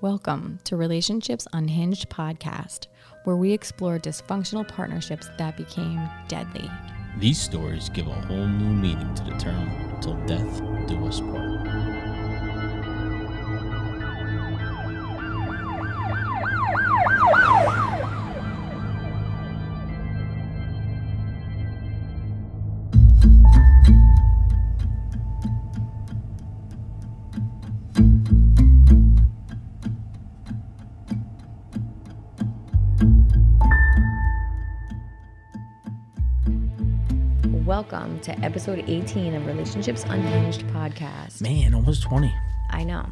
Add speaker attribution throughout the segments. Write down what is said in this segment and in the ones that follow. Speaker 1: Welcome to Relationships Unhinged podcast, where we explore dysfunctional partnerships that became deadly.
Speaker 2: These stories give a whole new meaning to the term till death do us part.
Speaker 1: Welcome to episode 18 of Relationships Unhinged podcast.
Speaker 2: Man, almost 20. Y-
Speaker 1: I know.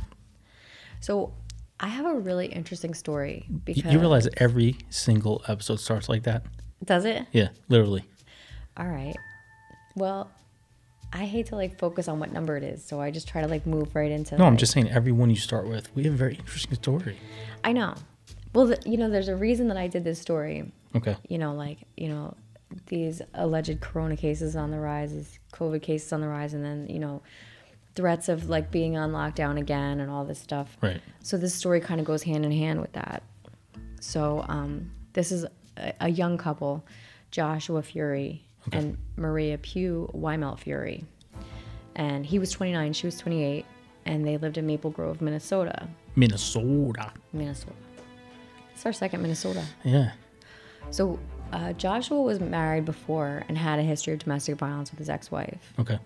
Speaker 1: So, I have a really interesting story because
Speaker 2: You realize every single episode starts like that?
Speaker 1: does it?
Speaker 2: Yeah, literally.
Speaker 1: All right. Well, I hate to like focus on what number it is, so I just try to like move right into
Speaker 2: No, I'm
Speaker 1: like-
Speaker 2: just saying every one you start with, we have a very interesting story.
Speaker 1: I know. Well, th- you know, there's a reason that I did this story.
Speaker 2: Okay.
Speaker 1: You know, like, you know, these alleged corona cases on the rise, these COVID cases on the rise, and then, you know, threats of like being on lockdown again and all this stuff.
Speaker 2: Right.
Speaker 1: So this story kind of goes hand in hand with that. So um, this is a, a young couple, Joshua Fury and Maria Pugh Wymelt Fury, and he was 29, she was 28, and they lived in Maple Grove, Minnesota.
Speaker 2: Minnesota.
Speaker 1: Minnesota. It's our second Minnesota.
Speaker 2: Yeah.
Speaker 1: So uh, Joshua was married before and had a history of domestic violence with his ex-wife.
Speaker 2: Okay.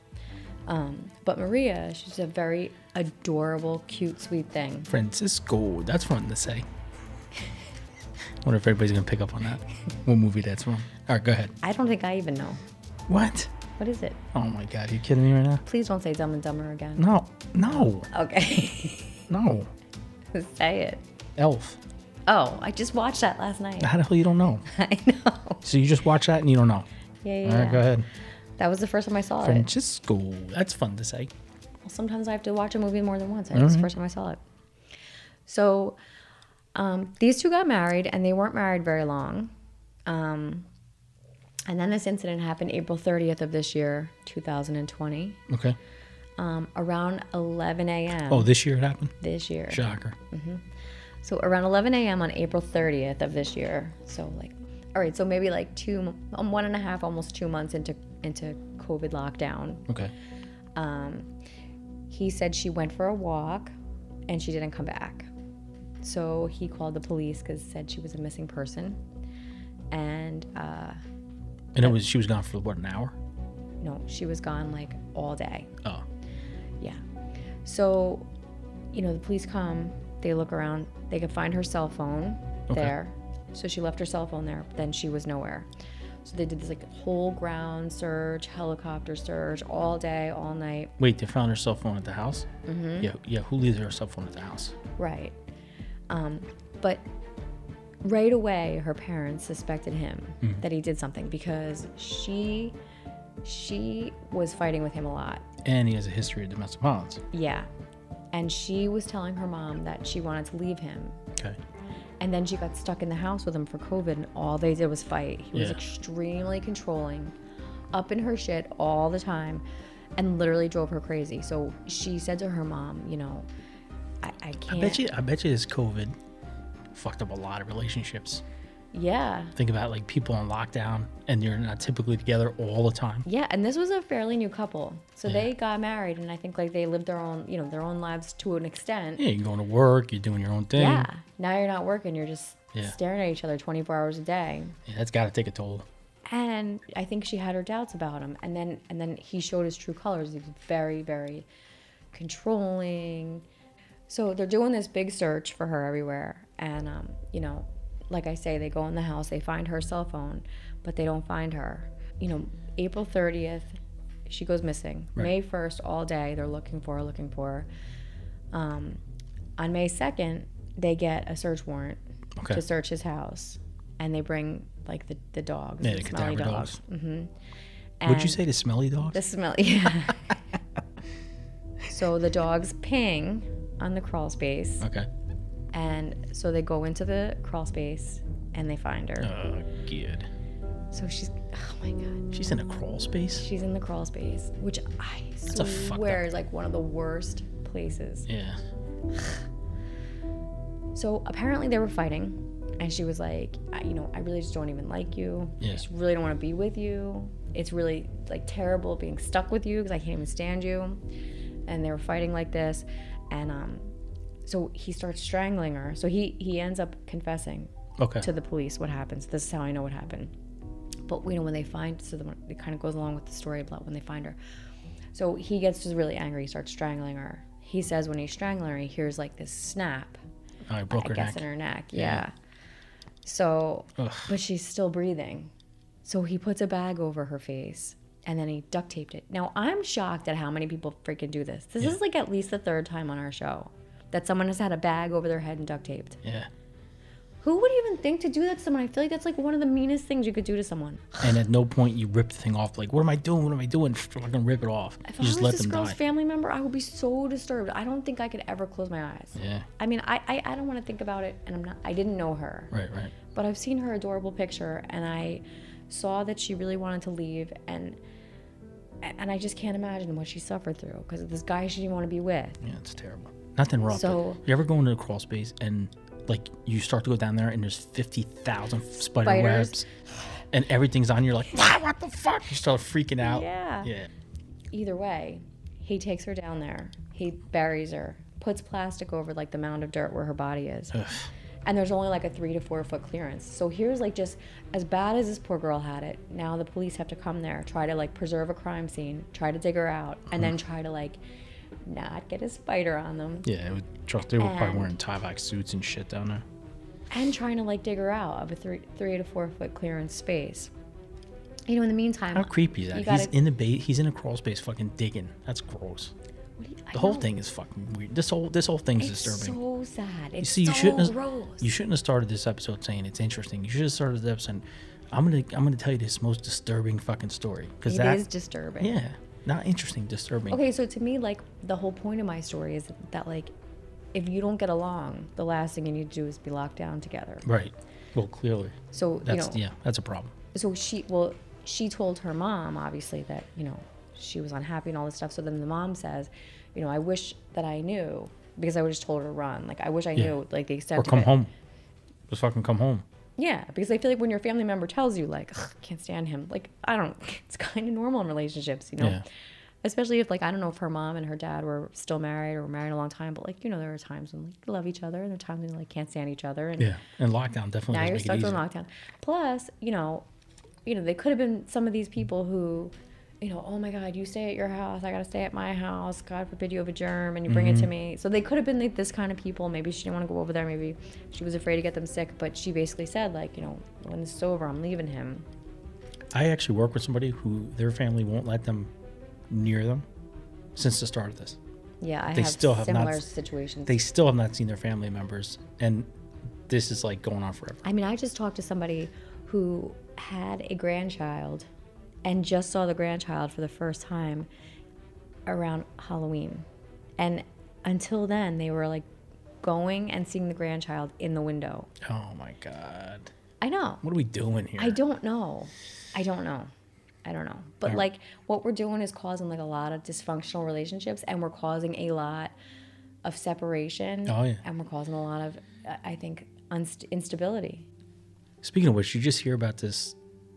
Speaker 1: But Maria, she's a very adorable, cute, sweet thing.
Speaker 2: Francisco. That's fun to say. Wonder if everybody's gonna pick up on that. What movie that's from. Alright, go ahead.
Speaker 1: I don't think I even know.
Speaker 2: What?
Speaker 1: What is it?
Speaker 2: Oh my god, are you kidding me right now?
Speaker 1: Please don't say Dumb and Dumber again.
Speaker 2: No. No.
Speaker 1: Okay,
Speaker 2: No.
Speaker 1: say it.
Speaker 2: Elf.
Speaker 1: Oh, I just watched that last night.
Speaker 2: How the hell you don't know?
Speaker 1: I know.
Speaker 2: So you just watch that and you don't know.
Speaker 1: Yeah, yeah.
Speaker 2: All right, go
Speaker 1: yeah.
Speaker 2: ahead.
Speaker 1: That was the first time I saw it.
Speaker 2: Francisco. That's fun to say.
Speaker 1: Well, sometimes I have to watch a movie more than once. That's the first time I saw it. So um, these two got married, and they weren't married very long. Um, and then this incident happened April 30th of this year, 2020,
Speaker 2: Okay.
Speaker 1: um, around 11 a.m.
Speaker 2: Oh, this year it happened?
Speaker 1: this year.
Speaker 2: Shocker.
Speaker 1: So around 11 a.m. on April 30th of this year. So like, all right, so maybe like two, um, one and a half, almost two months into into COVID lockdown,
Speaker 2: Okay.
Speaker 1: he said she went for a walk and she didn't come back so he called the police because said she was a missing person and uh,
Speaker 2: And it was she was gone for what an hour?
Speaker 1: no she was gone like all day
Speaker 2: Oh.
Speaker 1: yeah so you know the police come they look around they could find her cell phone
Speaker 2: Okay.
Speaker 1: there so she left her cell phone there but then she was nowhere so they did this like whole ground search helicopter search all day all night
Speaker 2: Wait, they found her cell phone at the house? Mm-hmm. Yeah, yeah. Who leaves her cell phone at the house?
Speaker 1: Right. Um, but right away, her parents suspected him
Speaker 2: Hmm.
Speaker 1: that he did something because she she was fighting with him a lot.
Speaker 2: And he has a history of domestic violence.
Speaker 1: Yeah. And she was telling her mom that she wanted to leave him.
Speaker 2: Okay.
Speaker 1: And then she got stuck in the house with him for COVID, and all they did was fight. He was
Speaker 2: Yeah.
Speaker 1: extremely controlling, up in her shit all the time, and literally drove her crazy. So she said to her mom, you know, I, I can't.
Speaker 2: I bet you I bet you this COVID fucked up a lot of relationships.
Speaker 1: Yeah.
Speaker 2: Think about like people on lockdown and you're not typically together all the time.
Speaker 1: Yeah, and this was a fairly new couple. So they got married and I think like they lived their own, you know, their own lives to an extent.
Speaker 2: Yeah, you're going to work, you're doing your own thing.
Speaker 1: Yeah. Now you're not working, you're just
Speaker 2: Yeah.
Speaker 1: staring at each other 24 hours a day.
Speaker 2: Yeah, that's gotta take a toll.
Speaker 1: And I think she had her doubts about him. And then and then he showed his true colors. He was very very controlling. So they're doing this big search for her everywhere and um, you know, like I say they go in the house, they find her cell phone, but they don't find her. You know, April 30th she goes missing. May 1st, all day, they're looking for her, looking for her. Um, on May 2nd, they get a search warrant
Speaker 2: Okay.
Speaker 1: to search his house. And they bring, like, the, the dogs.
Speaker 2: Yeah,
Speaker 1: the
Speaker 2: the
Speaker 1: smelly
Speaker 2: cadaver
Speaker 1: dogs.
Speaker 2: dogs.
Speaker 1: And
Speaker 2: Would you say the smelly dogs?
Speaker 1: The smelly, yeah. so the dogs ping on the crawl space.
Speaker 2: okay.
Speaker 1: And so they go into the crawl space and they find her.
Speaker 2: Uh, good.
Speaker 1: So she's, oh my God.
Speaker 2: She's in a crawl space.
Speaker 1: She's in the crawl space, which I
Speaker 2: a fucked up-
Speaker 1: swear is like one of the worst places.
Speaker 2: Yeah.
Speaker 1: So apparently they were fighting, and she was like, I, you know, I really just don't even like you.
Speaker 2: Yeah.
Speaker 1: I just really don't want to be with you. It's really like terrible being stuck with you because I can't even stand you. And they were fighting like this, and um, so he starts strangling her. So he he ends up confessing
Speaker 2: Okay.
Speaker 1: to the police what happens. This is how I know what happened. But you know when they find so the, it kind of goes along with the story about when they find her. So he gets just really angry. He starts strangling her. He says when he's strangling her, he hears like this snap.
Speaker 2: All right. Broke
Speaker 1: I
Speaker 2: her
Speaker 1: guess
Speaker 2: neck.
Speaker 1: in her neck. Yeah.
Speaker 2: Yeah.
Speaker 1: So,
Speaker 2: Ugh.
Speaker 1: but she's still breathing. So he puts a bag over her face and then he duct taped it. Now I'm shocked at how many people freaking do this. This is like at least the third time on our show that someone has had a bag over their head and duct taped.
Speaker 2: Yeah.
Speaker 1: Who would even think to do that to someone? I feel like that's like one of the meanest things you could do to someone.
Speaker 2: And at no point you rip the thing off. Like, what am I doing? What am I doing? Fucking rip it off.
Speaker 1: If
Speaker 2: You just
Speaker 1: I was
Speaker 2: let
Speaker 1: this
Speaker 2: them
Speaker 1: girl's
Speaker 2: die.
Speaker 1: family member, I would be so disturbed. I don't think I could ever close my eyes.
Speaker 2: yeah.
Speaker 1: I mean, I, I, I don't want to think about it, and I'm not. I didn't know her.
Speaker 2: Right. Right.
Speaker 1: but I've seen her adorable picture and I saw that she really wanted to leave and and I just can't imagine what she suffered through because of this guy she didn't want to be with.
Speaker 2: Yeah. It's terrible. Nothing wrong.
Speaker 1: So-
Speaker 2: So you ever go into a crawl space and like you start to go down there and there's fifty thousand spider
Speaker 1: Spiders.
Speaker 2: webs, and everything's on you. You're like, "Wow, what the fuck? You start freaking out.
Speaker 1: Yeah.
Speaker 2: Oh, Yeah.
Speaker 1: Either way, he takes her down there. He buries her, puts plastic over like the mound of dirt where her body is.
Speaker 2: Ugh.
Speaker 1: And there's only like a three to four foot clearance. So here's like just as bad as this poor girl had it, now the police have to come there, try to like preserve a crime scene, try to dig her out, and then try to like not get a spider on them.
Speaker 2: Yeah. It was, trust. They were
Speaker 1: And-
Speaker 2: probably wearing Tyvek suits and shit down there.
Speaker 1: and trying to like dig her out of a three three to four foot clearance space. You know, in the meantime,
Speaker 2: How creepy is
Speaker 1: you
Speaker 2: that? He's
Speaker 1: gotta-
Speaker 2: in the bait. He's in a crawl space, fucking digging. That's gross.
Speaker 1: what do you- I
Speaker 2: The whole
Speaker 1: know,
Speaker 2: thing is fucking weird. This whole this whole thing's
Speaker 1: It's
Speaker 2: disturbing.
Speaker 1: so sad. It's
Speaker 2: You see, you
Speaker 1: so
Speaker 2: shouldn't have,
Speaker 1: gross.
Speaker 2: you shouldn't have started this episode saying it's interesting. You should have started this episode. I'm gonna I'm gonna tell you this most disturbing fucking story because
Speaker 1: It
Speaker 2: that
Speaker 1: is disturbing.
Speaker 2: yeah not interesting disturbing.
Speaker 1: Okay, so to me, like the whole point of my story is that like, if you don't get along, the last thing you need to do is be locked down together.
Speaker 2: Right. Well, clearly
Speaker 1: So
Speaker 2: that's
Speaker 1: you know,
Speaker 2: yeah that's a problem.
Speaker 1: so she well she told her mom obviously that you know she was unhappy and all this stuff so then the mom says you know i wish that i knew because i would just told her to run like i wish i
Speaker 2: Yeah.
Speaker 1: knew like the extent
Speaker 2: Or
Speaker 1: of
Speaker 2: come
Speaker 1: it.
Speaker 2: home. Just fucking come home.
Speaker 1: yeah because i feel like when your family member tells you like "Ugh, can't stand him like i don't it's kind of normal in relationships you know
Speaker 2: Yeah.
Speaker 1: especially if like i don't know if her mom and her dad were still married or were married a long time but like you know there are times when like you love each other and there are times when you like can't stand each other and
Speaker 2: Yeah. And lockdown definitely
Speaker 1: now
Speaker 2: does
Speaker 1: you're
Speaker 2: make
Speaker 1: stuck
Speaker 2: it
Speaker 1: in
Speaker 2: easier.
Speaker 1: lockdown. Plus, you know, you know, they could have been some of these people who, you know, oh my God, you stay at your house, I gotta stay at my house. God forbid you have a germ and you bring
Speaker 2: Mm-hmm.
Speaker 1: it to me. So they could have been like this kind of people. Maybe she didn't want to go over there. Maybe she was afraid to get them sick. But she basically said, like, you know, when this is over, I'm leaving him.
Speaker 2: I actually work with somebody who their family won't let them near them since the start of this.
Speaker 1: Yeah, I
Speaker 2: They
Speaker 1: have
Speaker 2: still have not-
Speaker 1: similar situations.
Speaker 2: They still have not seen their family members, and this is like going on forever.
Speaker 1: I mean, I just talked to somebody who had a grandchild and just saw the grandchild for the first time around Halloween. And until then, they were like going and seeing the grandchild in the window.
Speaker 2: Oh my god.
Speaker 1: I know.
Speaker 2: What are we doing here?
Speaker 1: I don't know. I don't know. I don't know. But like what we're doing is causing like a lot of dysfunctional relationships and we're causing a lot of separation.
Speaker 2: Oh, yeah.
Speaker 1: And we're causing a lot of, I- I think, unst- instability.
Speaker 2: Speaking of which, you just hear about this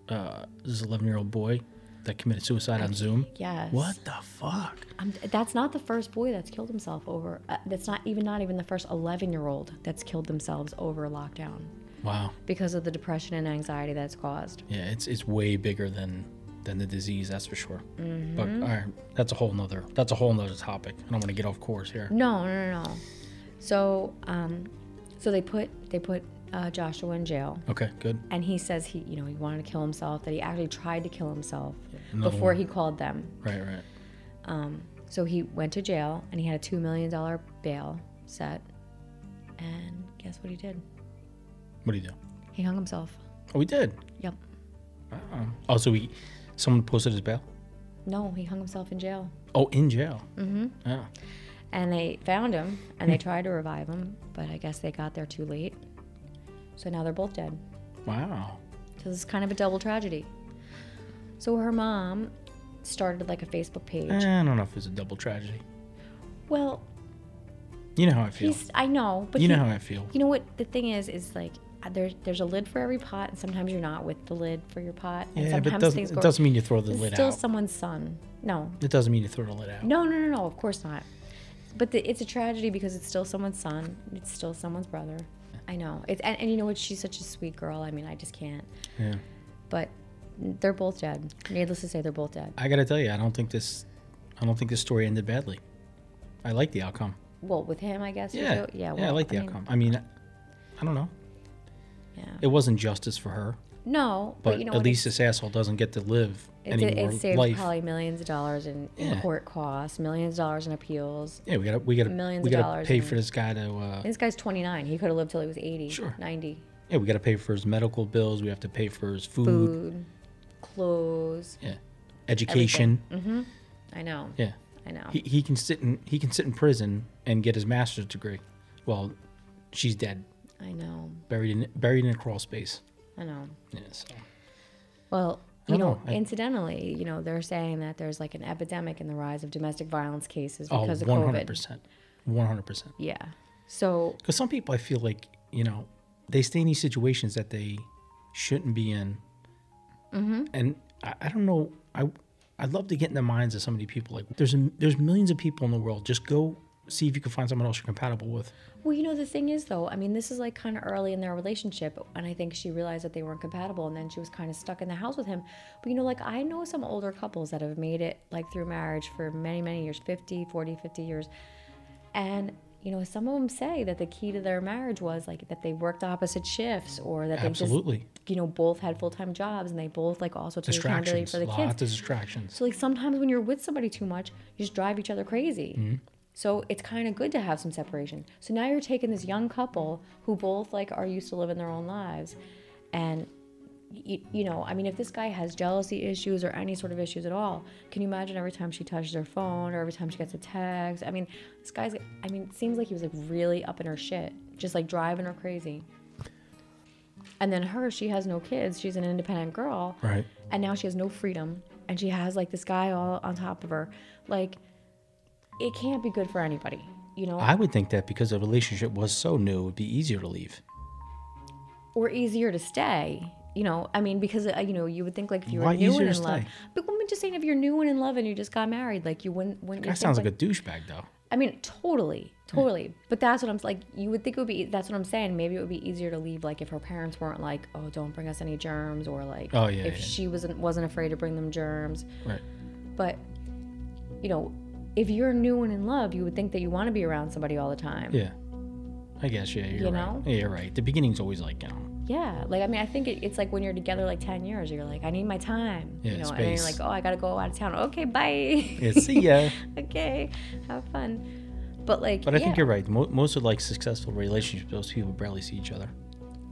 Speaker 2: uh, this 11 year old boy that committed suicide on Zoom.
Speaker 1: Yes.
Speaker 2: What the fuck?
Speaker 1: Um, that's not the first boy that's killed himself over. Uh, that's not even not even the first 11 year old that's killed themselves over lockdown
Speaker 2: Wow.
Speaker 1: because of the depression and anxiety that's caused.
Speaker 2: Yeah, it's it's way bigger than than the disease, that's for sure.
Speaker 1: Mm-hmm.
Speaker 2: But all right, that's a whole nother that's a whole nother topic. I don't want to get off course here.
Speaker 1: No, no, no. no. So, um, so they put they put uh, Joshua in jail,
Speaker 2: Okay, good.
Speaker 1: and he says he you know he wanted to kill himself. That he actually tried to kill himself
Speaker 2: another
Speaker 1: before
Speaker 2: one.
Speaker 1: he called them.
Speaker 2: Right, right.
Speaker 1: So he went to jail, and he had a two million dollar bail set. And guess what he did?
Speaker 2: What do you do?
Speaker 1: He hung himself.
Speaker 2: Oh, we did.
Speaker 1: Yep. Uh-uh.
Speaker 2: Oh, oh so we someone posted his bail.
Speaker 1: No, he hung himself in jail.
Speaker 2: Oh, in jail. Mm-hmm. Yeah.
Speaker 1: and they found him and they tried to revive him, but I guess they got there too late. So now they're both dead.
Speaker 2: Wow.
Speaker 1: So this is kind of a double tragedy. So her mom
Speaker 2: Uh,
Speaker 1: started like a Facebook page.
Speaker 2: Eh, I don't know if it's a double tragedy.
Speaker 1: Well,
Speaker 2: You know how I feel.
Speaker 1: He's, I know, but
Speaker 2: You
Speaker 1: he-
Speaker 2: know how I feel.
Speaker 1: you know what the thing is is like there's there's a lid for every pot, and sometimes you're not with the lid for your pot, and
Speaker 2: Yeah,
Speaker 1: sometimes
Speaker 2: but it doesn't,
Speaker 1: things go.
Speaker 2: it doesn't mean you throw the
Speaker 1: it's
Speaker 2: lid
Speaker 1: still
Speaker 2: out.
Speaker 1: someone's son. No,
Speaker 2: It doesn't mean you throw the lid out.
Speaker 1: no, no, no, no. Of course not. But the, it's a tragedy because it's still someone's son. It's still someone's brother. I know. It's and, and you know what? She's such a sweet girl. I mean, I just can't.
Speaker 2: Yeah.
Speaker 1: But they're both dead. Needless to say, they're both dead.
Speaker 2: I gotta tell you, I don't think this, I don't think this story ended badly. I like the outcome.
Speaker 1: Well, with him, I guess. or
Speaker 2: Yeah,
Speaker 1: so- Yeah. Well,
Speaker 2: yeah, I like the
Speaker 1: mean,
Speaker 2: outcome. I mean, I don't know.
Speaker 1: Yeah.
Speaker 2: It wasn't justice for her,
Speaker 1: No, but,
Speaker 2: but,
Speaker 1: you know
Speaker 2: at
Speaker 1: what? It-
Speaker 2: least this asshole doesn't get to live
Speaker 1: It,
Speaker 2: any
Speaker 1: did- it
Speaker 2: more
Speaker 1: saved
Speaker 2: life.
Speaker 1: probably millions of dollars in, in
Speaker 2: Yeah.
Speaker 1: court costs, millions of dollars in appeals.
Speaker 2: yeah, we gotta, we gotta,
Speaker 1: Millions
Speaker 2: we
Speaker 1: of
Speaker 2: gotta
Speaker 1: dollars
Speaker 2: pay
Speaker 1: in-
Speaker 2: for this guy to. Uh,
Speaker 1: This guy's 29. He could have lived till he was 80,
Speaker 2: Sure.
Speaker 1: 90.
Speaker 2: yeah, we gotta pay for his medical bills. We have to pay for his food.
Speaker 1: Food, clothes.
Speaker 2: Yeah, education.
Speaker 1: I know.
Speaker 2: Yeah,
Speaker 1: I know.
Speaker 2: he, he can sit in he can sit in prison and get his master's degree. Well, she's dead,
Speaker 1: I know.
Speaker 2: buried in buried in a crawl space.
Speaker 1: I know.
Speaker 2: Yeah, so.
Speaker 1: Well, you
Speaker 2: don't
Speaker 1: know,
Speaker 2: know. I-
Speaker 1: incidentally, you know, they're saying that there's like an epidemic in the rise of domestic violence cases
Speaker 2: Oh,
Speaker 1: because of
Speaker 2: one hundred
Speaker 1: COVID.
Speaker 2: percent, one hundred percent.
Speaker 1: Yeah. So
Speaker 2: Because some people, I feel like you know, they stay in these situations that they shouldn't be in,
Speaker 1: Mm-hmm.
Speaker 2: and I, I don't know. I I'd love to get in the minds of so many people. Like, there's there's millions of people in the world. Just go see if you can find someone else you're compatible with.
Speaker 1: Well, you know, the thing is, though, I mean, this is like kind of early in their relationship, and I think she realized that they weren't compatible, and then she was kind of stuck in the house with him. But, you know, like I know some older couples that have made it like through marriage for many, many years 50, 40, 50 years. And, you know, some of them say that the key to their marriage was like that they worked opposite shifts or that they
Speaker 2: Absolutely,
Speaker 1: just, you know, both had full time jobs and they both like also took accountability
Speaker 2: distractions,
Speaker 1: for the
Speaker 2: lots
Speaker 1: kids.
Speaker 2: of distractions.
Speaker 1: So like sometimes when you're with somebody too much, you just drive each other crazy. So it's kind of good to have some separation. So now you're taking this young couple who both like are used to living their own lives, and you, you know, I mean, if this guy has jealousy issues or any sort of issues at all, can you imagine every time she touches her phone or every time she gets a text? I mean, this guy's. I mean, it seems like he was like really up in her shit, just like driving her crazy. And then her, she has no kids. She's an independent girl
Speaker 2: Right.
Speaker 1: and now she has no freedom and she has like this guy all on top of her like it can't be good for anybody you know
Speaker 2: I would think that because the relationship was so new, it would be easier to leave.
Speaker 1: or easier to stay you know i mean because uh, you know you would think like if you were
Speaker 2: Why
Speaker 1: new
Speaker 2: easier
Speaker 1: and
Speaker 2: to
Speaker 1: in love
Speaker 2: stay?
Speaker 1: but women just saying if you're new and in love and you just got married like you wouldn't wouldn't you
Speaker 2: That
Speaker 1: think,
Speaker 2: sounds
Speaker 1: like,
Speaker 2: like a douchebag, though.
Speaker 1: I mean, totally, totally. But that's what I'm like. You would think it would be. e, That's what I'm saying. Maybe it would be easier to leave, like if her parents weren't like, "Oh, don't bring us any germs," or like,
Speaker 2: Oh, yeah,
Speaker 1: if
Speaker 2: yeah.
Speaker 1: she wasn't wasn't afraid to bring them germs.
Speaker 2: Right.
Speaker 1: But you know, if you're new and in love, you would think that you want to be around somebody all the time.
Speaker 2: Yeah. I guess. Yeah, you're
Speaker 1: You
Speaker 2: right.
Speaker 1: know?
Speaker 2: Yeah, you're right. The beginning's always like, you know,
Speaker 1: Yeah, Like I mean, I think it, it's like when you're together like ten years, you're like, I need my time. you
Speaker 2: Yeah,
Speaker 1: know, and then you're like,
Speaker 2: space.
Speaker 1: oh, I gotta go out of town. Okay, bye.
Speaker 2: yeah, see ya.
Speaker 1: okay, have fun. But like,
Speaker 2: But I think
Speaker 1: yeah.
Speaker 2: you're right. Mo- most of like successful relationships, those people barely see each other,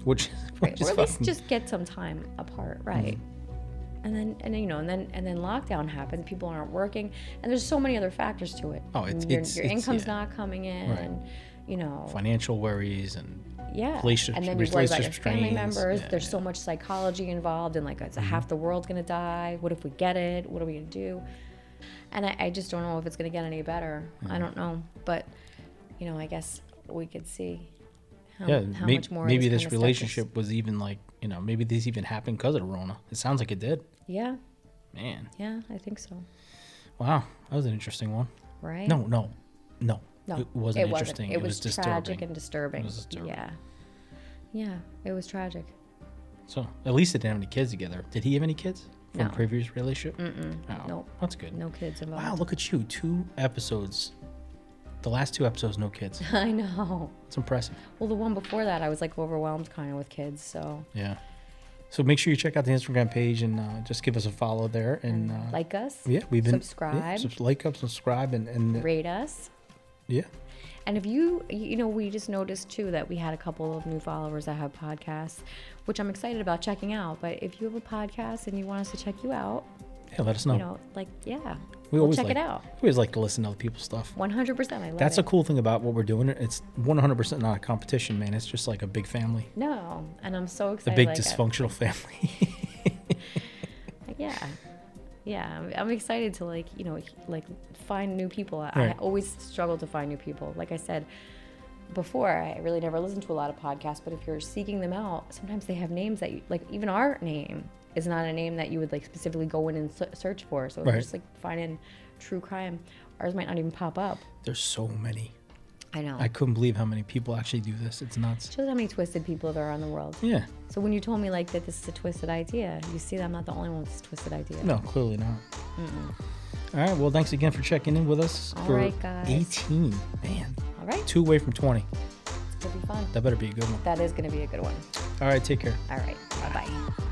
Speaker 2: which,
Speaker 1: Right,
Speaker 2: which is
Speaker 1: or at least
Speaker 2: fucking-
Speaker 1: just get some time apart, right?
Speaker 2: Mm-hmm.
Speaker 1: And then, and then, you know, and then, and then lockdown happens. People aren't working, and there's so many other factors to it.
Speaker 2: Oh, it's-
Speaker 1: your,
Speaker 2: it's-
Speaker 1: your
Speaker 2: it's-
Speaker 1: income's
Speaker 2: yeah.
Speaker 1: not coming in,
Speaker 2: Right.
Speaker 1: and you know,
Speaker 2: financial worries and
Speaker 1: yeah.
Speaker 2: relationship-
Speaker 1: and then you worry about your
Speaker 2: relationship
Speaker 1: family
Speaker 2: strains,
Speaker 1: members.
Speaker 2: yeah, Mm-hmm.
Speaker 1: There's so much psychology involved, and like, it's half the world's gonna die. What if we get it? What are we gonna do? And I, I just don't know if it's gonna get any better.
Speaker 2: Mm-hmm.
Speaker 1: I don't know, but you know, I guess we could see. How,
Speaker 2: yeah,
Speaker 1: how
Speaker 2: may-
Speaker 1: much more
Speaker 2: maybe this
Speaker 1: kind of stuff is-
Speaker 2: relationship was even like, you know, maybe this even happened because of the Rona. It sounds like it did.
Speaker 1: Yeah,
Speaker 2: Man,
Speaker 1: yeah, I think so.
Speaker 2: wow, that was an interesting one.
Speaker 1: Right?
Speaker 2: No, no, no,
Speaker 1: No,
Speaker 2: it wasn't interesting.
Speaker 1: It, was, tragic
Speaker 2: disturbing.
Speaker 1: and disturbing.
Speaker 2: It was disturbing.
Speaker 1: Yeah, yeah, it was tragic.
Speaker 2: So at least they didn't have any kids together. Did he have any kids from
Speaker 1: No.
Speaker 2: previous relationship? Mm-mm. Oh,
Speaker 1: Nope.
Speaker 2: That's good.
Speaker 1: No kids involved.
Speaker 2: Wow, look at you. Two episodes. The last two episodes, no kids.
Speaker 1: I know.
Speaker 2: It's impressive.
Speaker 1: Well, the one before that, I was like overwhelmed kind of with kids. So
Speaker 2: Yeah. So make sure you check out the Instagram page and uh, just give us a follow there. And uh,
Speaker 1: like us,
Speaker 2: yeah, we've been yeah,
Speaker 1: subscribe.
Speaker 2: subs- like up, subscribe, and, and
Speaker 1: rate us.
Speaker 2: yeah,
Speaker 1: And if you, you know, we just noticed too that we had a couple of new followers that have podcasts, which I'm excited about checking out. But if you have a podcast and you want us to check you out,
Speaker 2: yeah. Let us know.
Speaker 1: you know, like, yeah,
Speaker 2: Oh. we
Speaker 1: we'll
Speaker 2: always
Speaker 1: check
Speaker 2: like,
Speaker 1: it out.
Speaker 2: We always like to listen to other people's stuff.
Speaker 1: 100%. I love
Speaker 2: That's
Speaker 1: it.
Speaker 2: a cool thing about what we're doing. It's 100% not a competition, man. It's just like a big family,
Speaker 1: No, and I'm so
Speaker 2: a
Speaker 1: excited.
Speaker 2: big
Speaker 1: like, I-
Speaker 2: dysfunctional family.
Speaker 1: Yeah. yeah, I'm, I'm excited to like you know he- like find new people. I, I
Speaker 2: Right.
Speaker 1: always struggle to find new people. Like I said before, I really never listened to a lot of podcasts. But if you're seeking them out, sometimes they have names that you like. Even our name is not a name that you would like specifically go in and se- search for. So if
Speaker 2: Right.
Speaker 1: you're just like finding true crime, ours might not even pop up.
Speaker 2: There's so many.
Speaker 1: I know.
Speaker 2: I couldn't believe how many people actually do this. It's nuts.
Speaker 1: Shows how many twisted people there are in the world.
Speaker 2: Yeah.
Speaker 1: So when you told me like that this is a twisted idea, you see that I'm not the only one with this twisted idea.
Speaker 2: No, clearly not. All right. Well, thanks again for checking in with us.
Speaker 1: All
Speaker 2: for
Speaker 1: right, guys.
Speaker 2: 18. Man,
Speaker 1: All right,
Speaker 2: two away from 20.
Speaker 1: it's gonna be fun.
Speaker 2: That better be a good one.
Speaker 1: That is gonna be a good one.
Speaker 2: All right. Take care.
Speaker 1: All right, bye bye.